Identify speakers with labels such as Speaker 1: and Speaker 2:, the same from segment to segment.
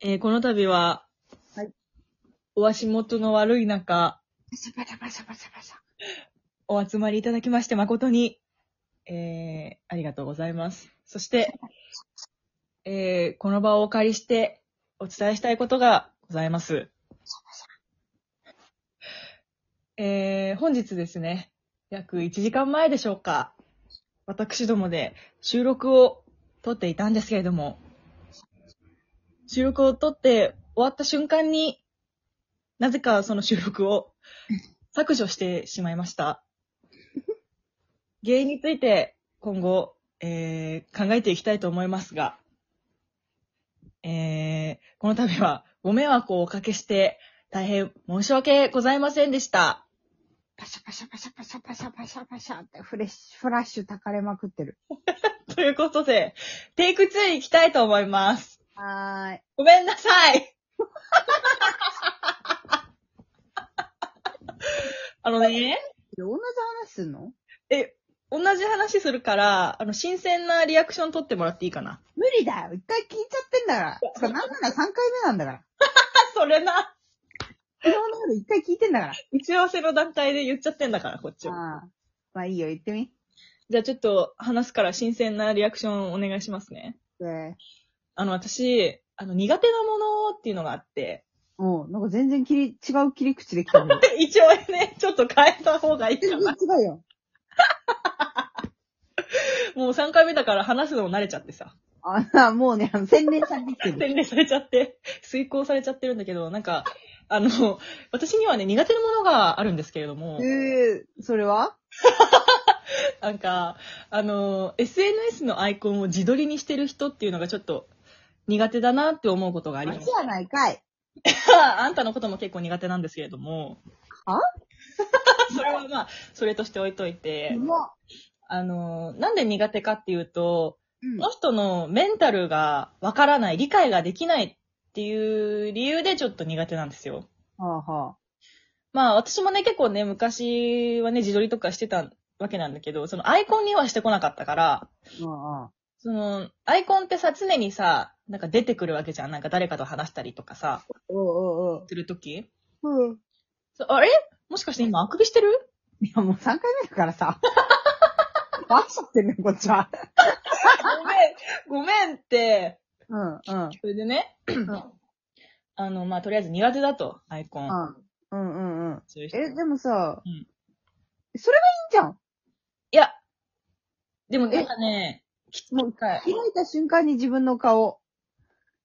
Speaker 1: えーこの度は、
Speaker 2: はい。
Speaker 1: お足元の悪い中、
Speaker 2: バサバサバサバサバサ。
Speaker 1: お集まりいただきまして誠に、えー、ありがとうございます。そして、えー、この場をお借りしてお伝えしたいことがございます。えー、本日ですね、約1時間前でしょうか、私どもで収録を撮っていたんですけれども、収録を撮って終わった瞬間に、なぜかその収録を削除してしまいました。原因について今後、えー考えていきたいと思いますが、えーこの度はご迷惑をおかけして大変申し訳ございませんでした。
Speaker 2: バサバサバサバサバサバサバサってフレッシュ、フラッシュたかれまくってる。
Speaker 1: ということで、テイク2に行きたいと思います。
Speaker 2: はーい。
Speaker 1: ごめんなさい あのね、
Speaker 2: 同じ話すんの
Speaker 1: え、同じ話するから、あの、新鮮なリアクション取ってもらっていいかな
Speaker 2: 無理だよ一回聞いちゃってんだから。つかなんなら3回目なんだから。
Speaker 1: あ、それな
Speaker 2: 昨日の夜一回聞いてんだから。
Speaker 1: 打ち合わせの段階で言っちゃってんだから、こっちは。
Speaker 2: ああ。まあいいよ、言ってみ。
Speaker 1: じゃあちょっと話すから新鮮なリアクションお願いしますね。
Speaker 2: で、
Speaker 1: あの、私、あの、苦手なものっていうのがあって、
Speaker 2: おうなんか全然切り、違う切り口できたけど。
Speaker 1: 一応ね、ちょっと変えた方がいいか
Speaker 2: 全
Speaker 1: な
Speaker 2: 然。違うよ。
Speaker 1: もう3回目だから話すのも慣れちゃってさ。
Speaker 2: ああ、もうね、あの、洗練されてきて る。
Speaker 1: 洗練されちゃって、遂行されちゃってるんだけど、なんか、あの、私にはね、苦手なものがあるんですけれども、
Speaker 2: ええそれは
Speaker 1: なんか、あの、SNS のアイコンを自撮りにしてる人っていうのがちょっと苦手だなって思うことがあ
Speaker 2: あ
Speaker 1: り
Speaker 2: れ
Speaker 1: ます
Speaker 2: じ。ゃないかい。
Speaker 1: ああんたのことも結構苦手なんですけれども。
Speaker 2: は
Speaker 1: それはまあ、それとして置いといて、
Speaker 2: もう。
Speaker 1: あの、なんで苦手かっていうと、
Speaker 2: うん
Speaker 1: この人のメンタルがわからない、理解ができないっていう理由でちょっと苦手なんですよ。
Speaker 2: はあはあ。
Speaker 1: まあ、私もね、結構ね、昔はね、自撮りとかしてたわけなんだけど、そのアイコンにはしてこなかったから、
Speaker 2: ああ。
Speaker 1: その、アイコンってさ、常にさ、なんか出てくるわけじゃん。なんか誰かと話したりとかさ、
Speaker 2: おうおう
Speaker 1: するとき。
Speaker 2: おう。うん。
Speaker 1: そうあれもしかして今あくびしてる
Speaker 2: いや、もう3回目だから さ。バッシャってんねこっちは。
Speaker 1: ごめん、ごめんって。
Speaker 2: うん、うん、うん、
Speaker 1: それでね、
Speaker 2: う
Speaker 1: あの、まあ、とりあえず苦手だと、アイコン。
Speaker 2: ん、うん、うん。
Speaker 1: そういう人
Speaker 2: え、でもさ、
Speaker 1: うん
Speaker 2: それがいいん
Speaker 1: いや、でもなんかね、きもう一回。
Speaker 2: じゃん。開いた瞬間に自分の顔。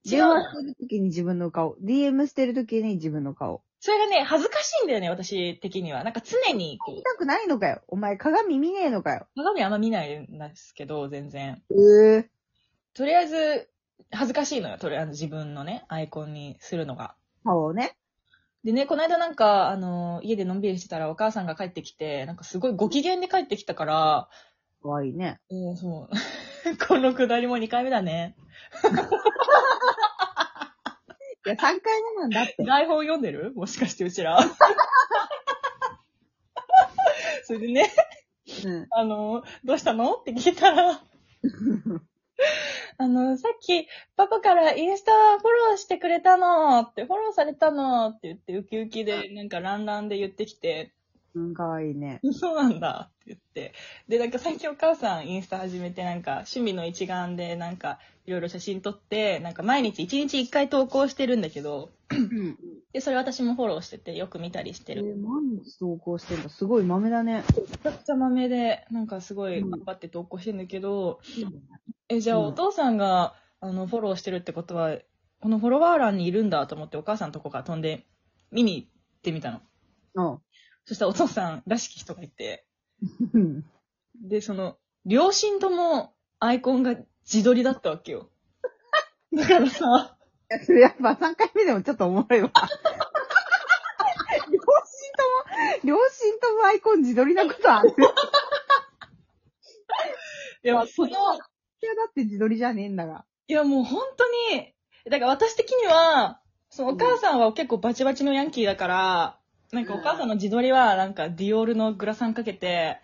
Speaker 1: 違
Speaker 2: 電話
Speaker 1: う。
Speaker 2: してる時に自分の顔。DM してる時に自分の顔。
Speaker 1: それがね、恥ずかしいんだよね、私的には。なんか常に、こう
Speaker 2: 見、たくないのかよ。お前鏡見ねえのかよ。
Speaker 1: 鏡あんま見ないんですけど、全然。
Speaker 2: ええ
Speaker 1: とりあえず、恥ずかしいのよ、とりあえず自分のね、アイコンにするのが。
Speaker 2: 顔をね。
Speaker 1: でね、この間なんか、あの、家でのんびりしてたらお母さんが帰ってきて、なんかすごいご機嫌で帰ってきたから、
Speaker 2: 可愛いね。
Speaker 1: うん、そう。 このくだりも2回目だね。
Speaker 2: いや、3回目なんだって。
Speaker 1: 台本読んでるもしかしてうちら。 それでね、
Speaker 2: うん。
Speaker 1: あの、どうしたのって聞いたら、あの、さっき、パパからインスタフォローしてくれたのって、フォローされたのって言って、ウキウキで、なんかランランで言ってきて、
Speaker 2: うん、可愛いね。
Speaker 1: そうなんだって言って。で、なんか最近お母さんインスタ始めて、なんか趣味の一眼で、なんかいろいろ写真撮って、なんか毎日1日1回投稿してるんだけど、
Speaker 2: うん。
Speaker 1: で、それ私もフォローしてて、よく見たりして
Speaker 2: え
Speaker 1: る。
Speaker 2: ー、毎日投稿してんだ。すごい豆だね。
Speaker 1: めちゃくちゃ豆で、なんかすごい頑張って投稿してんだけど、え、じゃあ
Speaker 2: うん
Speaker 1: お父さんが、あの、フォローしてるってことは、このフォロワー欄にいるんだと思ってお母さんのとこから飛んで、見に行ってみたの。
Speaker 2: うん。
Speaker 1: そしたらお父さんらしき人がいて、
Speaker 2: うん。
Speaker 1: で、その、両親ともアイコンが自撮りだったわけよ。だからさ、
Speaker 2: いやそれやっぱ3回目でもちょっとおもろいわ。両親とも、両親ともアイコン自撮りなことある。い
Speaker 1: いや、その、
Speaker 2: や、だって自撮りじゃねえんだが。
Speaker 1: いやもう本当に、だから私的には、そのお母さんは結構バチバチのヤンキーだから、なんかお母さんの自撮りはなんかディオールのグラサンかけて、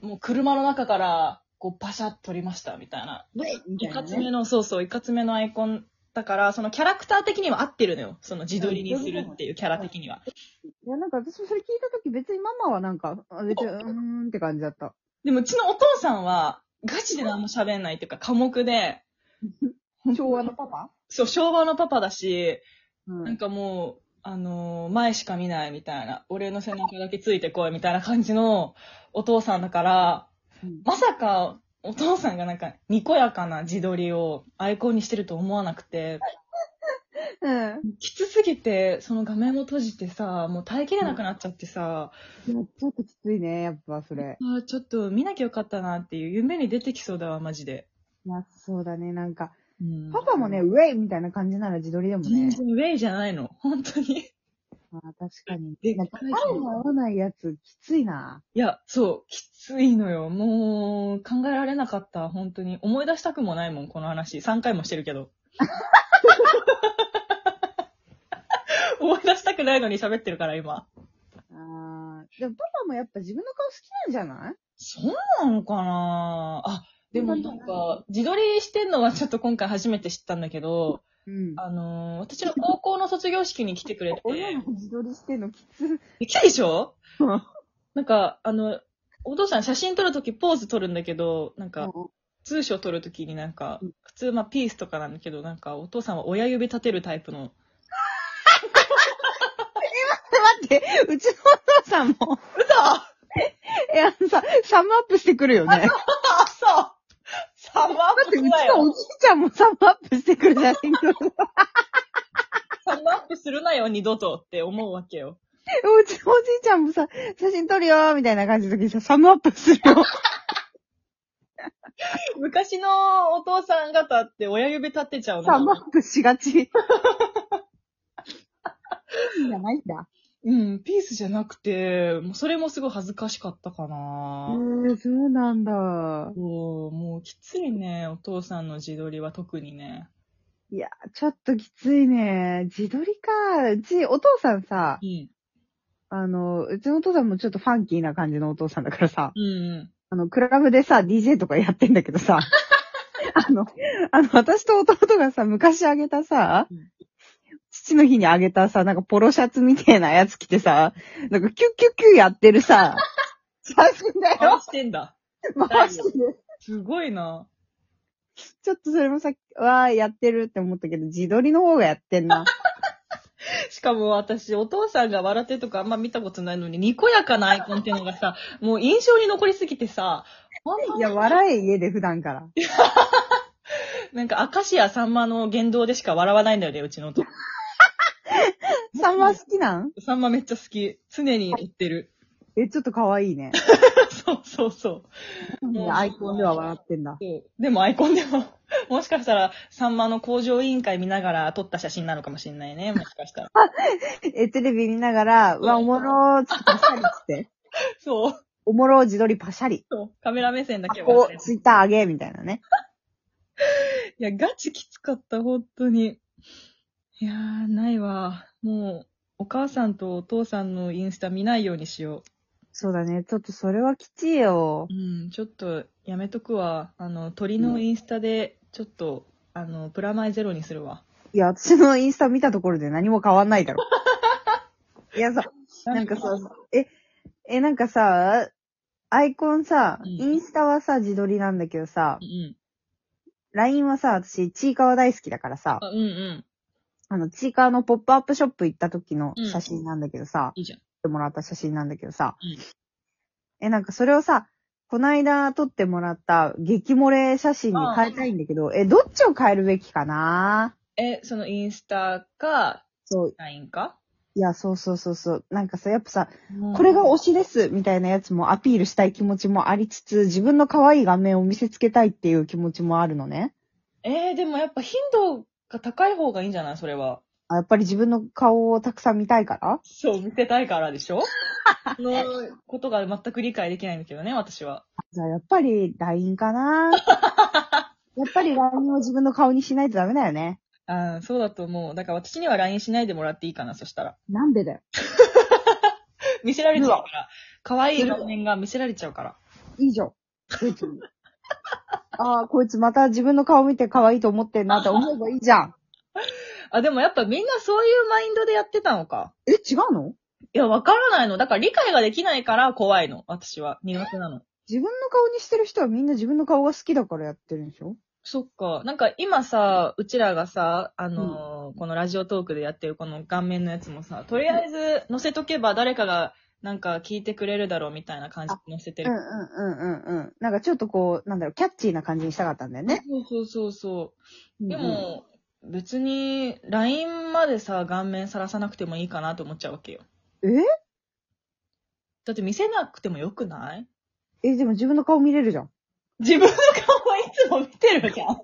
Speaker 1: もう車の中からこうパシャッ撮りましたみたいな。
Speaker 2: ね、み
Speaker 1: い
Speaker 2: たいな
Speaker 1: かつめ
Speaker 2: ね。
Speaker 1: の、そうそう、いかつめのアイコンだから、そのキャラクター的には合ってるのよ。その自撮りにするっていうキャラ的には。
Speaker 2: いや、なんか私もそれ聞いたとき別にママはなんか、あ別に、うーんって感じだった。
Speaker 1: でも、うちのお父さんは、ガチで何も喋んないっていうか、寡黙で、
Speaker 2: 昭和のパパ
Speaker 1: そう、昭和のパパだし、
Speaker 2: うん
Speaker 1: なんかもう、あのー前しか見ないみたいな、俺の背中だけついてこいみたいな感じのお父さんだから、
Speaker 2: うん
Speaker 1: まさか、お父さんがなんか、にこやかな自撮りをアイコンにしてると思わなくて、
Speaker 2: うん。
Speaker 1: きつすぎて、その画面も閉じてさ、もう耐えきれなくなっちゃってさ、
Speaker 2: いやちょっときついね、やっぱそれ。
Speaker 1: あーちょっと見なきゃよかったなっていう夢に出てきそうだわ、マジで。
Speaker 2: いや、そうだね、なんか。
Speaker 1: うん
Speaker 2: パパもね、、ウェイみたいな感じなら自撮りでも
Speaker 1: 全
Speaker 2: ね。
Speaker 1: 然ウェイじゃないの、本当に。い
Speaker 2: あー確かに。
Speaker 1: で
Speaker 2: なんか、合う合わないやつ、きついな。
Speaker 1: や、そう、きついのよ。もう、考えられなかった、本当に。思い出したくもないもん、この話。3回もしてるけ ど。思い出したくないのに喋ってるから、今。
Speaker 2: あーでもパパもやっぱ自分の顔好きなんじゃない
Speaker 1: そうなのかなあ、でもなんか、自撮りしてんのはちょっと今回初めて知ったんだけど、
Speaker 2: うん。
Speaker 1: あのー私の高校の卒業式に来てくれて、
Speaker 2: 親も自撮りしてんのきつ。
Speaker 1: え来たでしょ
Speaker 2: うん
Speaker 1: なんか、あの、お父さん写真撮るときポーズ撮るんだけど、なんか、
Speaker 2: も
Speaker 1: 通所撮るときになんか
Speaker 2: うん、
Speaker 1: 普通まあピースとかなんだけど、なんかお父さんは親指立てるタイプの。
Speaker 2: う 待って、うちのお父さんも、
Speaker 1: 嘘あ、
Speaker 2: え、あのさ、サムアップしてくるよね。
Speaker 1: そうサムアップ
Speaker 2: うち
Speaker 1: だ
Speaker 2: のお
Speaker 1: よ
Speaker 2: じいちゃんもサムアップしてくるじゃん。 お
Speaker 1: サムアップするなよ、二度とって思うわけよ。
Speaker 2: うちのおじいちゃんもさ、写真撮るよーみたいな感じの時にさ、サムアップする よ。
Speaker 1: 昔のお父さん方って親指立てちゃうの
Speaker 2: サ
Speaker 1: か
Speaker 2: ムア
Speaker 1: な。
Speaker 2: ップしがち。いいんじゃないんだ。
Speaker 1: うん、ピースじゃなくて、もうそれもすごい恥ずかしかったかな。
Speaker 2: えー、そうなんだ。
Speaker 1: そうもうきついね、お父さんの自撮りは特にね。
Speaker 2: いや、ちょっときついね。自撮りか。うち、お父さんさ
Speaker 1: う、ん。
Speaker 2: あの、うちのお父さんもちょっとファンキーな感じのお父さんだからさ、
Speaker 1: うんうん。
Speaker 2: あの、クラブでさ、DJ とかやってんだけ どさ、あの、あの、私と弟がさ、昔あげたさ
Speaker 1: うん、
Speaker 2: 父の日にあげたさ、なんかポロシャツみたいなやつ着てさ、なんかキュッキュッキュッやって るさ、写真だ
Speaker 1: 回
Speaker 2: よ。
Speaker 1: してんだ。
Speaker 2: 回してる。
Speaker 1: すごいな。
Speaker 2: ちょっとそれもさ、わー、やってるって思ったけど、自撮りの方がやって んな。
Speaker 1: しかも私、お父さんが笑ってるとかあんま見たことないのに、にこやかなアイコンっていうのがさ、もう印象に残りすぎてさ、
Speaker 2: いや、笑え、家で普段から。
Speaker 1: なんか、明石家さんまの言動でしか笑わないんだよね、うちのと。
Speaker 2: サンマ好きなん
Speaker 1: さんまめっちゃ好き。常に言ってる。
Speaker 2: え、ちょっと可愛いね。
Speaker 1: そうそうそう。うん
Speaker 2: アイコンでは笑ってんだ。
Speaker 1: そうでもアイコンでも、もしかしたら、さんまの工場委員会見ながら撮った写真なのかもしれないね、もしかしたら。
Speaker 2: え、テレビ見ながら、うわ、おもろーっつってパシャリっつって。
Speaker 1: そう。
Speaker 2: おもろー自撮りパシャリ。
Speaker 1: そうカメラ目線だけは
Speaker 2: こ。う、ツイッター上げ、みたいなね。
Speaker 1: いや、ガチきつかった、本当に。いやー、ないわ。もう、お母さんとお父さんのインスタ見ないようにしよ
Speaker 2: そうだね。ちょっとそれはきちいよ
Speaker 1: う。。うん、ちょっとやめとくわ。あの、鳥のインスタで、ちょっと、あの、プラマイゼロにするわ。
Speaker 2: いや、私のインスタ見たところで何も変わんないだろ。いやさ、なんかさ、え、え、なんかさ、アイコンさ、
Speaker 1: うん
Speaker 2: インスタはさ、自撮りなんだけどさ
Speaker 1: う、ん。
Speaker 2: LINE はさ、私、ちいかわ大好きだからさ、
Speaker 1: あ、うんうん。
Speaker 2: あの、ちいかわのポップアップショップ行った時の写真なんだけどさ、
Speaker 1: いいじゃん。
Speaker 2: 撮ってもらった写真なんだけどさ、
Speaker 1: うん
Speaker 2: え、なんかそれをさ、こないだ撮ってもらった激漏れ写真に変えたいんだけど、え、どっちを変えるべきかな
Speaker 1: え、そのインスタか、
Speaker 2: そう、
Speaker 1: LINE か、
Speaker 2: いや、そうそうそうそう。なんかさ、やっぱさ、これが推しですみたいなやつもアピールしたい気持ちもありつつ、自分の可愛い画面を見せつけたいっていう気持ちもあるのね。
Speaker 1: えー、でもやっぱ頻度が高い方がいいんじゃないそれは。
Speaker 2: あやっぱり自分の顔をたくさん見たいから
Speaker 1: そう、見せたいからでし ょそのことが全く理解できないんだけどね、私は。
Speaker 2: じゃあ、やっぱり LINE か なやっぱり LINE を自分の顔にしないとダメだよね。
Speaker 1: ああ、そうだと思う。だから私には LINE しないでもらっていいかな、そしたら。
Speaker 2: なんでだよ。
Speaker 1: 見せられちゃうから。可愛い画面が見せられちゃうから。
Speaker 2: 以上。別 に。ああ、こいつまた自分の顔見て可愛いと思ってんなって思えばいいじゃん。
Speaker 1: あ、でもやっぱみんなそういうマインドでやってたのか。
Speaker 2: え、違うの
Speaker 1: いや、わからないの。だから理解ができないから怖いの。私は。苦手なの。
Speaker 2: 自分の顔にしてる人はみんな自分の顔が好きだからやってるんでしょ
Speaker 1: そっか。なんか今さ、うちらがさ、あのーこのラジオトークでやってるこの顔面のやつもさ、とりあえず載せとけば誰かがなんか聞いてくれるだろうみたいな感じで載せて
Speaker 2: うんう
Speaker 1: る。
Speaker 2: んうんうんうん。なんかちょっとこう、なんだろう、キャッチーな感じにしたかったんだよね。
Speaker 1: そうそうそうそう。で
Speaker 2: うんうん、
Speaker 1: も、別に LINE までさ、顔面さらさなくてもいいかなと思っちゃうわけよ。
Speaker 2: え
Speaker 1: だって見せなくてもよくない
Speaker 2: え、でも自分の顔見れるじゃん。
Speaker 1: 自分の顔はいつも見てるじゃ ん。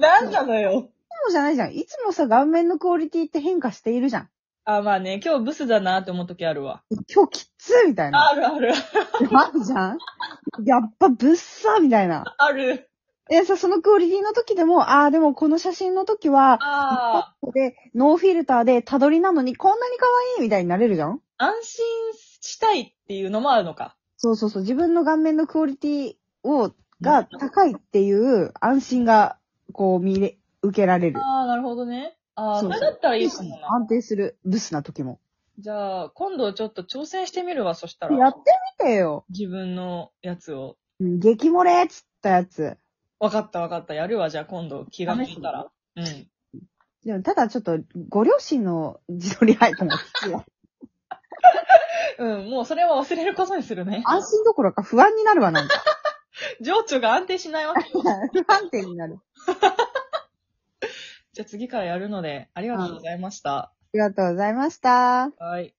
Speaker 1: なんなのよ。
Speaker 2: そうじゃないじゃん。いつもさ、顔面のクオリティって変化しているじゃん。
Speaker 1: あ、まあね、今日ブスだなって思う時あるわ。
Speaker 2: え今日きつみたいな。
Speaker 1: あるある、
Speaker 2: あるじゃんやっぱぶっさみたいな。
Speaker 1: ある。
Speaker 2: え、さ、そのクオリティの時でも、ああ、でもこの写真の時は、
Speaker 1: ああ。
Speaker 2: で、ノーフィルターでたどりなのにこんなに可愛いみたいになれるじゃん
Speaker 1: 安心したいっていうのもあるのか。
Speaker 2: そうそうそう。自分の顔面のクオリティを、が高いっていう安心が、こう見れ、受けられる。
Speaker 1: ああ、なるほどね。ああ、
Speaker 2: そ
Speaker 1: そうれ
Speaker 2: そう
Speaker 1: だったらいいかもな。
Speaker 2: 安定する。ブスな時も。
Speaker 1: じゃあ、今度ちょっと挑戦してみるわ、そした
Speaker 2: やっ
Speaker 1: ら
Speaker 2: て。みてよ。
Speaker 1: 自分のやつを。
Speaker 2: うん激漏れっつったやつ。
Speaker 1: わかったわかった。やるわ、じゃあ今度気が向いたら。うん。
Speaker 2: でも、ただちょっと、ご両親の自撮り配布も必要。
Speaker 1: うん、もうそれは忘れることにするね。
Speaker 2: 安心どころか不安になるわ、なんか。
Speaker 1: 情緒が安定しないわけ。
Speaker 2: 不安定になる。
Speaker 1: じゃあ次からやるので、ありがとうございました。
Speaker 2: ありがとうございました。
Speaker 1: はい。